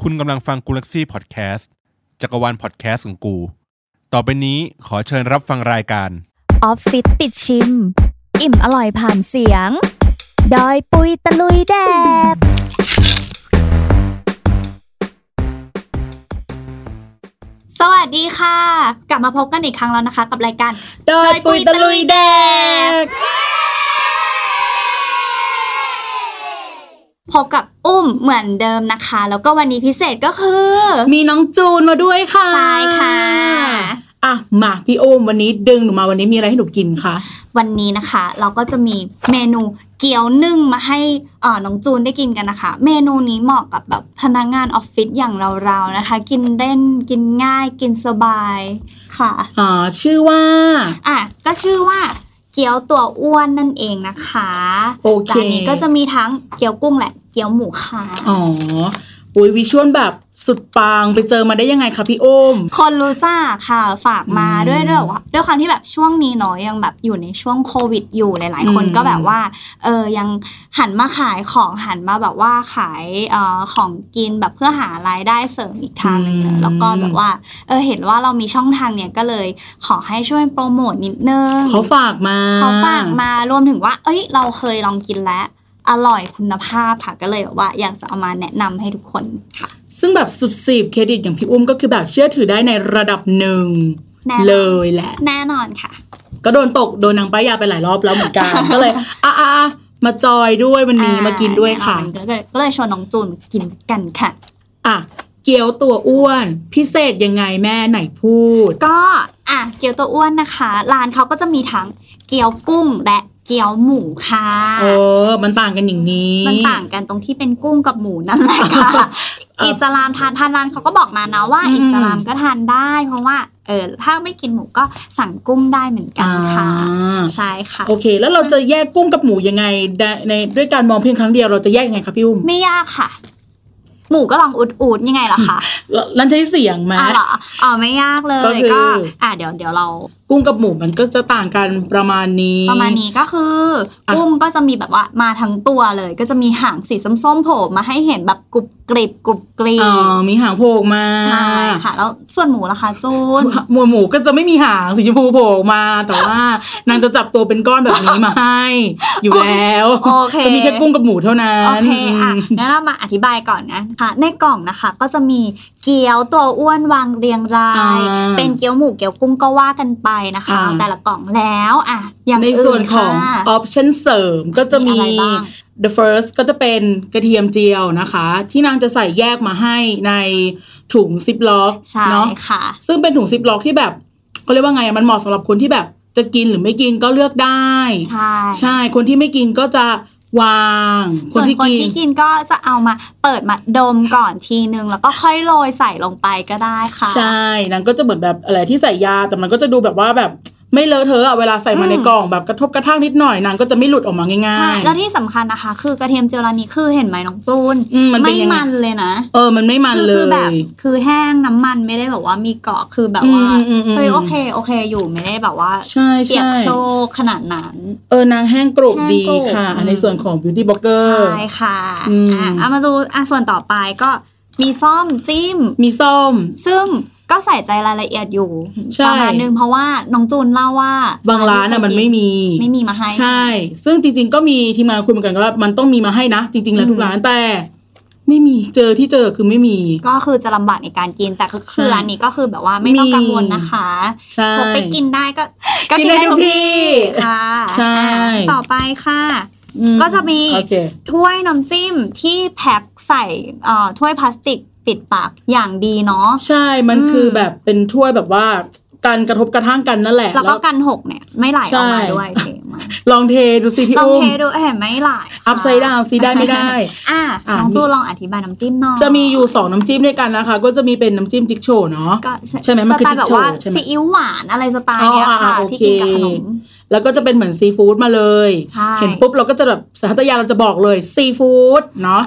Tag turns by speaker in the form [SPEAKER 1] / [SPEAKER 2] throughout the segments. [SPEAKER 1] คุณกำลังฟังกูลักซี่พอดแคสต์จักรวาลพอดแคสต์ของกู ต่อไปนี้ขอเชิญรับฟังรายการ
[SPEAKER 2] ออฟฟิศติดชิม อิ่มอร่อยผ่านเสียง ดอยปุยตะลุยแดด
[SPEAKER 3] สวัสดีค่ะ กลับมาพบกันอีกครั้งแล้วนะคะ กับรายการ
[SPEAKER 4] ดอยปุยตะลุยแดก
[SPEAKER 3] พบกับอุ้มเหมือนเดิมนะคะ แล้วก็วันนี้พิเศษก็คือ
[SPEAKER 4] มีน้องจูนมาด้วยค่ะ
[SPEAKER 3] ใช่ค่ะ
[SPEAKER 4] อ่ะมาพี่โอมวันนี้ดึงหนูมาวันนี้มีอะไรให้หนูกินคะ
[SPEAKER 3] วันนี้นะคะ เราก็จะมีเมนูเกี๊ยวนึ่งมาให้เอ่อน้องจูนได้กินกันนะคะ เมนูนี้เหมาะกับแบบพนักงานออฟฟิศอย่างเราๆนะคะ กินเล่นกินง่ายกินสบายค่ะ
[SPEAKER 4] อ่าชื่อว่า
[SPEAKER 3] อ่ะก็ชื่อว่าเกี๊ยวตัวอ้วนนั่นเองนะคะ
[SPEAKER 4] โอเค
[SPEAKER 3] จานนี้ก็จะมีทั้งเกี๊ยวกุ้งและเกี๊ยวหมูค่ะ
[SPEAKER 4] อ๋ออุ้ยวิชวลแบบสุดปังไปเจอมาได้ยังไงคะพี่โอม
[SPEAKER 3] คนรู้จักค่ะฝากมา
[SPEAKER 4] อืม
[SPEAKER 3] ด้วยด้วยว่าด้วยความที่แบบช่วงนี้เนาะยังแบบอยู่ในช่วงโควิดอยู่หลาย ๆ คน
[SPEAKER 4] อืม
[SPEAKER 3] ก็แบบว่าเออยังหันมาขายของหันมาแบบว่าขายเอ่อของกินแบบเพื่อหารายได้เสริมอีกทางหนึงเนอะแล้วก็แบบว่าเออเห็นว่าเรามีช่องทางเนี่ยก็เลยขอให้ช่วยโปรโมทนิดนึง
[SPEAKER 4] เขาฝากมา
[SPEAKER 3] เขาฝากมารวมถึงว่า เอ้ย เราเคยลองกินแล้ว อร่อยคุณภาพค่ะ ก็เลยแบบว่าอยากจะเอามาแนะนำให้ทุกคนค่ะ
[SPEAKER 4] ซึ่งแบบสุดสิบเครดิตอย่างพี่อุ้มก็คือแบบเชื่อถือได้ในระดับหนึ่ง
[SPEAKER 3] แน่นอน
[SPEAKER 4] เลยแหละ
[SPEAKER 3] แน่นอนค่ะ
[SPEAKER 4] ก็โดนตกโดนนางป้ายยาไปหลายรอบแล้วเหมือนกัน ก็เลยอ่ะอ่ะอ่ะมาจอยด้วยวันนี้
[SPEAKER 3] อ่
[SPEAKER 4] มากินด้วยค่ะ
[SPEAKER 3] แน่นอนก็เลยก็เลยชวนน้องจูนกินกันค่ะ
[SPEAKER 4] อ่ะเกี๊ยวตัวอ้วน พิเศษยังไงแม่ไหนพูด
[SPEAKER 3] ก็อ่ะเกี๊ยวตัวอ้วนนะคะร้านเขาก็จะมีทั้งเกี๊ยวกุ้งและเกี๊ยวหมูค่ะ
[SPEAKER 4] เออ มันต่างกันอย่างนี้
[SPEAKER 3] มันต่างกันตรงที่เป็นกุ้งกับหมูนั่นแหละค่ะ
[SPEAKER 4] เอ่ออิ
[SPEAKER 3] อิสลามทานทานร้านเขาก็บอกมานะว่า
[SPEAKER 4] อืม
[SPEAKER 3] อิสลามก็ทานได้ เพราะว่าเออถ้าไม่กินหมูก็สั่งกุ้งได้เหมือนกันค่ะ
[SPEAKER 4] อ่า
[SPEAKER 3] ใช่ค่ะ
[SPEAKER 4] โอเค แล้วเราจะแยกกุ้งกับหมูยังไงได้ในด้วยการมองเพียงครั้งเดียวเราจะแยกยังไงคะพี่อุ้ม
[SPEAKER 3] ไม่ยากค่ะ หมูก็ลองอุดอูดๆยังไงล่ะคะ
[SPEAKER 4] แล้วนั่นใช้เสียงไหม
[SPEAKER 3] อ่ะเหรออ๋อไม่ยากเลย
[SPEAKER 4] ก็คือ
[SPEAKER 3] อ่ะเดี๋ยวเดี๋ยวเรา
[SPEAKER 4] กุ้งกับหมูมันก็จะต่างกันประมาณนี้
[SPEAKER 3] ประมาณนี้ก็คืออะ กุ้งก็จะมีแบบว่ามาทั้งตัวเลย ก็จะมีหางสีส้มๆโผล่มาให้เห็นแบบกรุบกริบกรุบกรี
[SPEAKER 4] อ๋อมีหางโผล่ออกมา
[SPEAKER 3] ใช่ค่ะ แล้วส่วนหมูล่ะคะจู น
[SPEAKER 4] หมูหมูก็จะไม่มีหางสีชมพูโผล่ออกมา แต่ว่านางจะจับตัวเป็นก้อนแบบนี้มาให้ อยู่แล้ว
[SPEAKER 3] โอเค
[SPEAKER 4] จะมีแค่กุ้งกับหมูเท่านั้น
[SPEAKER 3] โอเคอ่ะ
[SPEAKER 4] ม
[SPEAKER 3] งั้นเรามาอธิบายก่อนนะค่ะ ในกล่องนะคะ ก็จะมีเกี๊ยวตัวอ้วนวางเรียงราย
[SPEAKER 4] อ่า
[SPEAKER 3] เป็นเกี๊ยวหมูเกี๊ยวกุ้งก็ว่ากันไปนะคะ
[SPEAKER 4] อ่า
[SPEAKER 3] เอาแต่ละกล่องแล้วอ่ะอย่าง
[SPEAKER 4] ใน
[SPEAKER 3] อื่
[SPEAKER 4] ส่วนของ
[SPEAKER 3] ค่ะ
[SPEAKER 4] option เสริมก็จะ
[SPEAKER 3] มี
[SPEAKER 4] มี
[SPEAKER 3] อะไรบ้าง
[SPEAKER 4] the first ก็จะเป็นกระเทียมเจียวนะคะ ที่นางจะใส่แยกมาให้ในถุงซิปล็อก
[SPEAKER 3] ใช่
[SPEAKER 4] เนาะ
[SPEAKER 3] ค่ะ
[SPEAKER 4] ซึ่งเป็นถุงซิปล็อกที่แบบเขาเรียกว่าไงอะมันเหมาะสำหรับคนที่แบบจะกินหรือไม่กินก็เลือกได้
[SPEAKER 3] ใช่
[SPEAKER 4] ใช่คนที่ไม่กินก็จะวาง
[SPEAKER 3] ส่วนคนที่กินก็จะเอามาเปิดมาดมก่อนทีนึง แล้วก็ค่อยโรยใส่ลงไปก็ได้ค่ะ
[SPEAKER 4] ใช่นางก็จะเหมือนแบบอะไรที่ใส่ยา แต่มันก็จะดูแบบว่าแบบไม่เลอะเทอะอะเวลาใส่มา
[SPEAKER 3] อืม
[SPEAKER 4] ในกล่องแบบกระทบกระทั่งนิดหน่อยนางก็จะไม่หลุดออกมาง่ายๆ
[SPEAKER 3] ใช่แล้วที่สำคัญนะคะ คือกระเทียมเจียวร้านนี้คือเห็นไหมน้องจูน
[SPEAKER 4] อืมมันเป็
[SPEAKER 3] ไม่
[SPEAKER 4] นยังไง
[SPEAKER 3] มันเลยนะ
[SPEAKER 4] เออมันไม่มัน
[SPEAKER 3] คือคื
[SPEAKER 4] เล
[SPEAKER 3] อแบบ
[SPEAKER 4] ย
[SPEAKER 3] คือแห้งน้ำมันไม่ได้แบบว่ามีเกาะคือแบบว่า
[SPEAKER 4] อืมอืมอืม
[SPEAKER 3] เฮ้ยโอเคโอเคอยู่ไม่ได้แบบว่า
[SPEAKER 4] ใช่
[SPEAKER 3] เปียก
[SPEAKER 4] ใช่
[SPEAKER 3] โชกขนาดนั้น
[SPEAKER 4] เออนางแห้งกรุบดี
[SPEAKER 3] แห้งกรุบ
[SPEAKER 4] ค่ะ
[SPEAKER 3] อืม
[SPEAKER 4] ในส่วนของ beauty blogger
[SPEAKER 3] ใช่ค่ะ
[SPEAKER 4] อืม
[SPEAKER 3] อ่ะเอามาดูอ่ะส่วนต่อไปก็มีซ่อมจิ้ม
[SPEAKER 4] มีส้ม
[SPEAKER 3] ซึ่งก็ใส่ใจรายละเอียดอยู่
[SPEAKER 4] ใช่
[SPEAKER 3] ประมาณนึงเพราะว่าน้องจูนเล่าว่า
[SPEAKER 4] บางร้านอ่ะมันไม่มี
[SPEAKER 3] ไม่มีมาให้
[SPEAKER 4] ใช่ ซึ่งจริง ๆ ก็มีทีมงานคุยเหมือนกันว่ามันต้องมีมาให้นะ จริง ๆ แล้วทุ
[SPEAKER 3] อื
[SPEAKER 4] ก
[SPEAKER 3] ม
[SPEAKER 4] ร้านแต่ ไม่มีเจอที่เจอคือไม่มี
[SPEAKER 3] ก็คือจะลำบากในการกินแต่ก็คือ
[SPEAKER 4] ใช่
[SPEAKER 3] ร้านนี้ก็คือแบบว่าไม่ต้อง
[SPEAKER 4] มี
[SPEAKER 3] กังวลนะคะ
[SPEAKER 4] ใช่
[SPEAKER 3] พกไปกินได้ก็
[SPEAKER 4] กินได้ทุกที่
[SPEAKER 3] ค่ะ
[SPEAKER 4] ใช่
[SPEAKER 3] อ่ะต่อไปค่ะ
[SPEAKER 4] อื
[SPEAKER 3] ก็จะมี
[SPEAKER 4] โอเค
[SPEAKER 3] ถ้วยน้ำจิ้มที่แพ็คใส่เอ่อถ้วยพลาสติกปิดปากอย่างดีเนาะ
[SPEAKER 4] ใช่ มัน
[SPEAKER 3] อืม
[SPEAKER 4] คือแบบเป็นถ้วยแบบว่าการกระทบกระทั่งกันนั่นแหละ
[SPEAKER 3] แล้วก็กันหกเนี่ยไม่ไหลออกมา
[SPEAKER 4] ใช่
[SPEAKER 3] ด้วยเทมา
[SPEAKER 4] ลองเทดูสิพี่
[SPEAKER 3] ลอง
[SPEAKER 4] อุ้ม
[SPEAKER 3] เทดูเห็นไหม่ไหลค่ะ
[SPEAKER 4] อัพไซด์ดาวซีได้ไม่ได้
[SPEAKER 3] อ่ะ
[SPEAKER 4] อ่ะ
[SPEAKER 3] น้องจูลองอธิบายน้ำจิ้มหน่อย
[SPEAKER 4] จะมีอยู่สองน้ำจิ้มด้วยกันนะคะ ก็จะมีเป็นน้ำจิ้มจิ๊กโชว์เนาะ
[SPEAKER 3] ก็
[SPEAKER 4] ใช่ไหมมันคือ
[SPEAKER 3] สตล์แบบว่า
[SPEAKER 4] จิ๊กโจ้ใช่ไหม
[SPEAKER 3] ซีอิ๊วหวานอะไรสไตล์เนี้ย
[SPEAKER 4] อ๋ออ่ะ
[SPEAKER 3] ค่ะ
[SPEAKER 4] โอเค
[SPEAKER 3] ที่กินกับขนม
[SPEAKER 4] แล้วก็จะเป็นเหมือนซีฟู้ดมาเลย
[SPEAKER 3] ใช่
[SPEAKER 4] เห็นปุ๊บเราก็จะแบบสัตยาเราจะบอกเลยซีฟู้ดเนาะ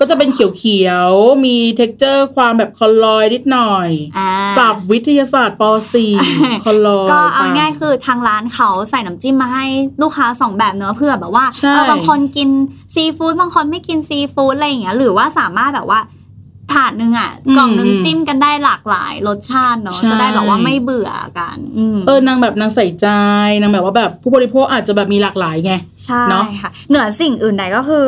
[SPEAKER 4] ก็จะเป็นเขียวๆ มีเท็กเจอร์ความแบบคอลลอยนิดหน่อย
[SPEAKER 3] อ่า
[SPEAKER 4] ศัพท์วิทยาศาสตร์ป .4 คอลลอย
[SPEAKER 3] ก็เอา
[SPEAKER 4] ตม
[SPEAKER 3] ง่ายๆคือทางร้านเขาใส่น้ำจิ้มมาให้ลูกค้าสองแบบเนอะเพื่อแบบว่า
[SPEAKER 4] ใช่
[SPEAKER 3] เออบางคนกินซีฟู้ดบางคนไม่กินซีฟู้ดอะไรอย่างเงี้ยหรือว่าสามารถแบบว่า ถาดหนึงอ่ะ
[SPEAKER 4] อืม
[SPEAKER 3] กล่องหนึงจิ้มกันได้หลากหลายรสชาติเนาะ
[SPEAKER 4] ใช่
[SPEAKER 3] จะได้แบบว่าไม่เบื่อกันอืม
[SPEAKER 4] เออนางแบบนางใส่ใจนางแบบว่าแบบผู้บริโภคอาจจะแบบมีหลากหลายไง
[SPEAKER 3] ใช่
[SPEAKER 4] เนอะ
[SPEAKER 3] ค่ะ เหนือสิ่งอื่นใดก็คือ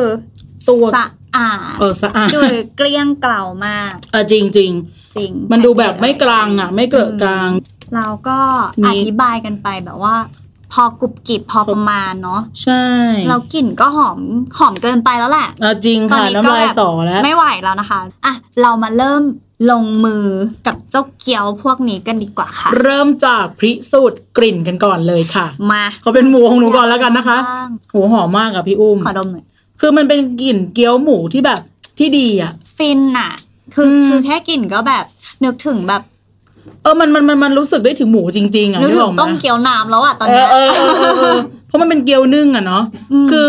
[SPEAKER 4] ตัว
[SPEAKER 3] สะอาด
[SPEAKER 4] เออสะอาด
[SPEAKER 3] ดูเกลี้ยงเกล่ามาก
[SPEAKER 4] เออจริงจริง
[SPEAKER 3] จริง
[SPEAKER 4] ๆ มันดูแบบไม่กลางอ่ะ ไม่เกลอะกลาง
[SPEAKER 3] เราก็
[SPEAKER 4] นี่
[SPEAKER 3] อธิบายกันไปแบบว่า พอกรุบกริบพอประมาณเนาะ
[SPEAKER 4] ใช่
[SPEAKER 3] เรากลิ่นก็หอมหอมเกินไปแล้วแหละ
[SPEAKER 4] เออจริง
[SPEAKER 3] ตอน
[SPEAKER 4] ค่ะ
[SPEAKER 3] นี้ก็
[SPEAKER 4] น้ำลาย
[SPEAKER 3] แบบ
[SPEAKER 4] สอแล้ว
[SPEAKER 3] ไม่ไหวแล้วนะคะ อ่ะ เรามาเริ่มลงมือกับเจ้าเกี๊ยวพวกนี้กันดีกว่าค่ะ
[SPEAKER 4] เริ่มจากพริสูจน์กลิ่นกันก่อนเลยค่ะ
[SPEAKER 3] มา
[SPEAKER 4] เขาเป็นหมูของหนูก่อนแล้วกันนะคะ
[SPEAKER 3] บ้าง
[SPEAKER 4] โหหอมมากอ่ะพี่อุ้ม
[SPEAKER 3] ขอดมหน่อย
[SPEAKER 4] คือมันเป็นกลิ่นเกี๊ยวหมูที่แบบที่ดีอ่ะ
[SPEAKER 3] ฟินอะคืออ
[SPEAKER 4] ม
[SPEAKER 3] คือแค่กลิ่นก็แบบ นึกถึงแบบ
[SPEAKER 4] เออมันมันมันมันรู้สึกได้ถึงหมูจริงๆอ่ะ
[SPEAKER 3] นึกถึ
[SPEAKER 4] ออง ไห
[SPEAKER 3] ต้มเกี๊ยวน้ำแล้วอะตอน
[SPEAKER 4] เอ
[SPEAKER 3] เนี้
[SPEAKER 4] อย เออเออเออเออเพราะมันเป็นเกี๊ยวนึ่งอ่ะเนาะ
[SPEAKER 3] อืม
[SPEAKER 4] คือ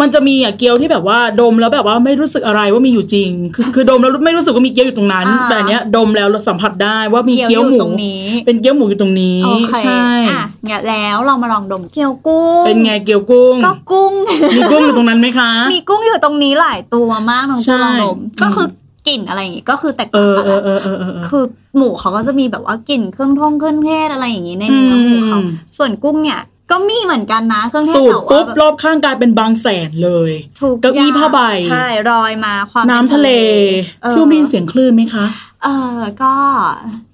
[SPEAKER 4] มันจะมีอ่ะเกี๊ยวที่แบบว่าดมแล้วแบบว่าไม่รู้สึกอะไรว่ามีอยู่จริง คือคือดมแล้วไม่รู้สึกว่ามีเกี๊ยวอยู่ตรงนั้น แต่อันเนี้ยดมแล้วเราสัมผัสได้ว่ามีเกี๊ยวห
[SPEAKER 3] อ
[SPEAKER 4] มู
[SPEAKER 3] ตรงนี้
[SPEAKER 4] เป็นเกี๊ยวหมูอยู่ตรงนี้
[SPEAKER 3] โอเค
[SPEAKER 4] ใช่
[SPEAKER 3] อ่ะงั้นแล้วเรามาลองดมเกี๊ยวกุ้ง
[SPEAKER 4] เป็นไงเกี๊ยวกุ้ง
[SPEAKER 3] ก็กุ้ง
[SPEAKER 4] มีกุ้งอยู่ตรงนั้นไหมคะ
[SPEAKER 3] มีกุ้งอยู่ตรงนี้หลายตัวมากน้อง
[SPEAKER 4] ใช่
[SPEAKER 3] จูลองดมก็คืออ
[SPEAKER 4] ม
[SPEAKER 3] กลิ่นอะไรอย่างงี้ก็คือแตก
[SPEAKER 4] เอ
[SPEAKER 3] ต่างกัน
[SPEAKER 4] อเอ
[SPEAKER 3] ละ
[SPEAKER 4] อเออเออเออ
[SPEAKER 3] คือหมูเขาก็จะมีแบบว่ากลิ่นเครื่องท่องเครื่องเทศอะไรอย่างนี้ในเนื้อหมูเขา
[SPEAKER 4] อืม
[SPEAKER 3] ส่วนกุ้งเนี่ยก็มีเหมือนกันนะเครื่องเทศ
[SPEAKER 4] สูตร
[SPEAKER 3] แต่ว่า
[SPEAKER 4] ปุ๊บรอบข้างกลายเป็นบางแสนเลย
[SPEAKER 3] ถูก
[SPEAKER 4] เก้าอี้ผ้าใบ
[SPEAKER 3] ใช่รอยมาความ
[SPEAKER 4] น้ำทะเล
[SPEAKER 3] เออ
[SPEAKER 4] พี่อุ้มได้ยินเสียงคลื่นไหมคะ
[SPEAKER 3] เออก็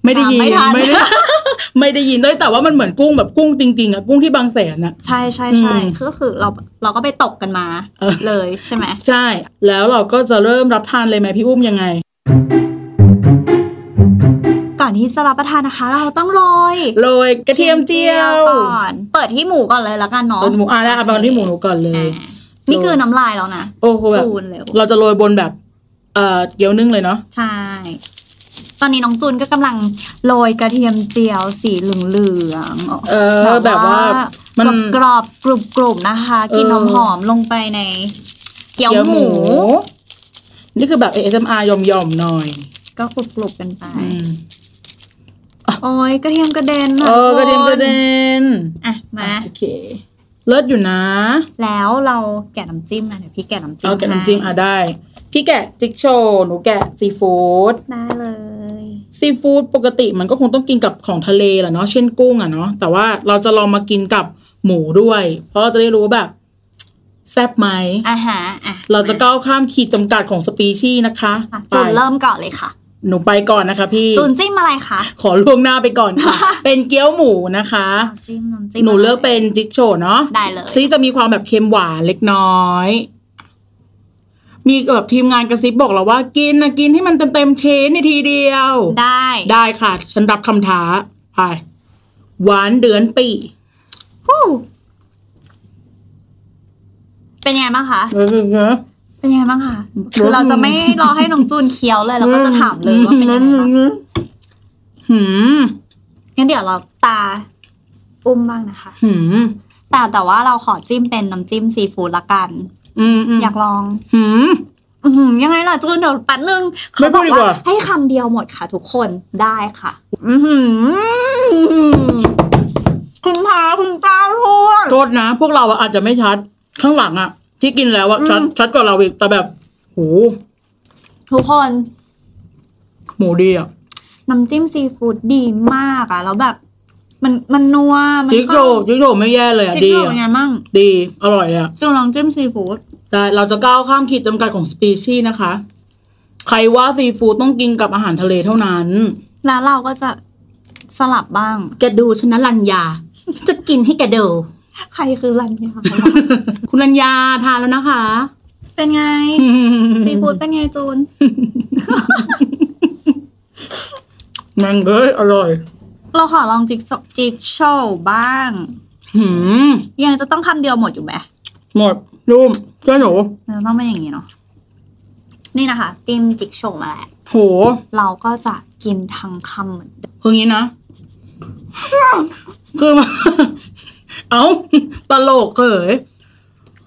[SPEAKER 4] ไม่ได้ยิน
[SPEAKER 3] ตา
[SPEAKER 4] ไม่
[SPEAKER 3] ไม่
[SPEAKER 4] ได้
[SPEAKER 3] ได้
[SPEAKER 4] ไม่ได้ยินเลยแต่ว่ามันเหมือนกุ้งแบบกุ้งจริงๆอะกุ้งที่บางแสนอะ
[SPEAKER 3] ใช่ใช่ใช่
[SPEAKER 4] อืม
[SPEAKER 3] ก็คือเราเราก็ไปตกกันมา
[SPEAKER 4] เออ
[SPEAKER 3] เลยใช่ไหม
[SPEAKER 4] ใช่ แล้วเราก็จะเริ่มรับทานเลยไหมพี่อุ้มยังไง
[SPEAKER 3] ก่อนที่จะรับประทานนะคะ เราต้องโรย
[SPEAKER 4] โรยกระเทียมเจียว
[SPEAKER 3] ก่อนเปิดที่หมูก่อนเลยละกันเนาะ
[SPEAKER 4] โรยหมูอ่ะได้เอาไปที่หมูหนูก่อนเลย
[SPEAKER 3] อ่านี่คือน้ำลายแล้วนะ
[SPEAKER 4] โอ้โหแบบ
[SPEAKER 3] จูนเร็ว
[SPEAKER 4] เราจะโรยบนแบบเอ่อเกี๊ยวนึ่งเลยเนาะ
[SPEAKER 3] ใช่ ตอนนี้น้องจูนก็กำลังโรยกระเทียมเจียวสีเหลือง
[SPEAKER 4] เอ
[SPEAKER 3] ๆ
[SPEAKER 4] อแบบว่ามัน
[SPEAKER 3] กรอบๆกรุบๆนะคะกลิน
[SPEAKER 4] เอ
[SPEAKER 3] ห
[SPEAKER 4] อ
[SPEAKER 3] อมๆลงไปใน เกี๊ยวหมู
[SPEAKER 4] นี่คือแบบ ASMR หย่อมๆหน่อย
[SPEAKER 3] ก็กรุบๆกันไป
[SPEAKER 4] อืม
[SPEAKER 3] โอ้ยกระเทียมกระเด็นน
[SPEAKER 4] เออ
[SPEAKER 3] คุณ
[SPEAKER 4] กระเด็นกระเด็น
[SPEAKER 3] อ่ะมา
[SPEAKER 4] โอเค เลิศอยู่นะ
[SPEAKER 3] แล้วเราแกะน้ำจิ้มนะเดี๋ยวพี่แกะน้ำจิ้ม
[SPEAKER 4] เอาแกะ
[SPEAKER 3] ให้
[SPEAKER 4] น้ำจิ้มอ่ะได้ พี่แกะจิ๊กโชว์หนูแกะซีฟู้ด
[SPEAKER 3] ได้เลย
[SPEAKER 4] ซีฟู้ดปกติมันก็คงต้องกินกับของทะเลแหละเนาะเช่นกุ้งอ่ะเนาะแต่ว่าเราจะลองมากินกับหมูด้วย เพราะเราจะได้รู้ว่าแบบ แซ่บไหม
[SPEAKER 3] อาหารอ่ะ
[SPEAKER 4] เราจะก้าวข้ามขีดจำกัดของสปีชีส์นะคะ
[SPEAKER 3] อ่ะ
[SPEAKER 4] ไป
[SPEAKER 3] จูนเริ่มก่อนเลยค่ะ
[SPEAKER 4] หนูไปก่อนนะคะ พี่
[SPEAKER 3] จูนจิ้มอะไรคะ
[SPEAKER 4] ขอล่วงหน้าไปก่อน ค่ะ เป็นเกี๊ยวหมูนะคะ
[SPEAKER 3] น้ำจิ้มน้ำจิ้ม
[SPEAKER 4] หนูเลือกเป็นจิ๊กโชว์เนาะ
[SPEAKER 3] ได้เลย
[SPEAKER 4] ที่จะมีความแบบเค็มหวานเล็กน้อย มีแบบทีมงานกระซิบบอกเราว่ากินนะกินให้มันเต็มๆเชนในทีเดียว
[SPEAKER 3] ได้
[SPEAKER 4] ได้ค่ะ ฉันรับคำท้าไปหวานเดือนปี
[SPEAKER 3] เป็นยังไงบ้างคะ
[SPEAKER 4] เออ
[SPEAKER 3] เป็นยังไงบ้างคะ
[SPEAKER 4] รส
[SPEAKER 3] เราจะไม่รอให้น้องจูนเคี้ยวเลย เราก็จะถามเลยว่าเป็นยังไงบ้าง
[SPEAKER 4] หืม
[SPEAKER 3] งั้นเดี๋ยวเราตาอุ้มบ้างนะคะ
[SPEAKER 4] หืม
[SPEAKER 3] แต่แต่ว่าเราขอจิ้มเป็นน้ำจิ้มซีฟู้ดละกัน
[SPEAKER 4] อืมอืม
[SPEAKER 3] อยากลอง
[SPEAKER 4] หืม
[SPEAKER 3] อื้อหือยังไงล่ะจูนเดี๋ยวแป๊บนึง
[SPEAKER 4] ไม่
[SPEAKER 3] เขาบ
[SPEAKER 4] พูด
[SPEAKER 3] อก
[SPEAKER 4] ดีกว่า
[SPEAKER 3] ว่าให้คำเดียวหมดค่ะทุกคนได้ค่ะ อือหือคุณพาคุณตาทวด
[SPEAKER 4] โทษนะ พวกเราอะอาจจะไม่ชัดข้างหลังอะที่กินแล้วอะ
[SPEAKER 3] อืม
[SPEAKER 4] ชัดชัดกว่าเราอีกแต่แบบโห
[SPEAKER 3] ทุกคน
[SPEAKER 4] หมูดีอะ
[SPEAKER 3] น้ำจิ้มซีฟู้ดดีมากอะแล้วแบบ มันมันนัวมัน
[SPEAKER 4] จิ๊กโชว์จิ๊กโชว์ไม่แย่เลยอะ
[SPEAKER 3] จิ๊ก
[SPEAKER 4] ดี
[SPEAKER 3] โร
[SPEAKER 4] อะ
[SPEAKER 3] เป็นไงมั่ง
[SPEAKER 4] ดีอร่อยเลยอะ
[SPEAKER 3] จูนลองจิ้มซีฟู้ด
[SPEAKER 4] ได้เราจะก้าวข้ามขีดจำกัดของสปีชีส์นะคะ ใครว่าซีฟู้ดต้องกินกับอาหารทะเลเท่านั้น
[SPEAKER 3] แล้วเราก็จะสลับบ้าง
[SPEAKER 4] แกดูชนะรัญญา จะกินให้แกดู
[SPEAKER 3] ใครคือรันยา
[SPEAKER 4] คุณรัญญาทานแล้วนะคะ
[SPEAKER 3] เป็นไง ซีฟู้ดเป็นไงจูน
[SPEAKER 4] แมังเอ้ยอร่อย
[SPEAKER 3] เราขอลองจิกโซจิกโชว์บ้าง
[SPEAKER 4] หืม
[SPEAKER 3] ยังจะต้องคำเดียวหมดอยู่ไหม
[SPEAKER 4] หมดรูมช่วยหนู
[SPEAKER 3] มันต้องเป็นอย่างนี้เนาะนี่นะคะติมจิกโชว์มาแล้ว
[SPEAKER 4] โห
[SPEAKER 3] เราก็จะกินทั้งคำเหมือนเดิม
[SPEAKER 4] คืองี้นะ คือ เอ้า ตลกเขย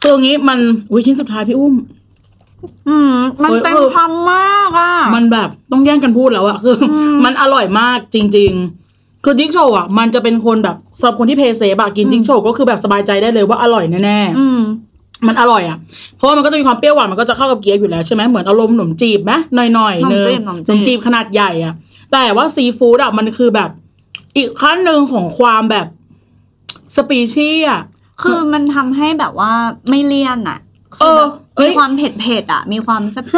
[SPEAKER 4] คืองี้มันอุ้ยชิ้นสุดท้ายพี่อุ้ม
[SPEAKER 3] อืมมัน
[SPEAKER 4] เออ
[SPEAKER 3] เต็ม
[SPEAKER 4] เออ
[SPEAKER 3] คำมากอ่ะ
[SPEAKER 4] มันแบบต้องแย่งกันพูดแล้วอะ คืออ
[SPEAKER 3] ม
[SPEAKER 4] มันอร่อยมากจริง ๆ คือจิ๊กโชว์อะมันจะเป็นคนแบบสำหรับคนที่เพย์เซบะกิน
[SPEAKER 3] อืม
[SPEAKER 4] จิ๊กโชว์ก็คือแบบสบายใจได้เลยว่าอร่อยแน่
[SPEAKER 3] อืม
[SPEAKER 4] มันอร่อยอ่ะ เพราะว่ามันก็จะมีความเปรี้ยวหวานมันก็จะเข้ากับเกี๊ยวอยู่แล้วใช่ไหมเหมือนอารมณ์หนมจีบไหมหน่อยๆ
[SPEAKER 3] หนมจีบ
[SPEAKER 4] เอะ
[SPEAKER 3] หนมจีบ
[SPEAKER 4] หนมจีบขนาดใหญ่อ่ะ แต่ว่าซีฟู้ดอ่ะมันคือแบบ อีกขั้นหนึ่งของความแบบสปีชีส์อ่ะ
[SPEAKER 3] คือมันทำให้แบบว่าไม่เลี่ยนอ่ะ
[SPEAKER 4] เออเอ้
[SPEAKER 3] คื
[SPEAKER 4] ย
[SPEAKER 3] มีความเผ็ดเผ็ดๆอ่ะ มีความแซ่บแ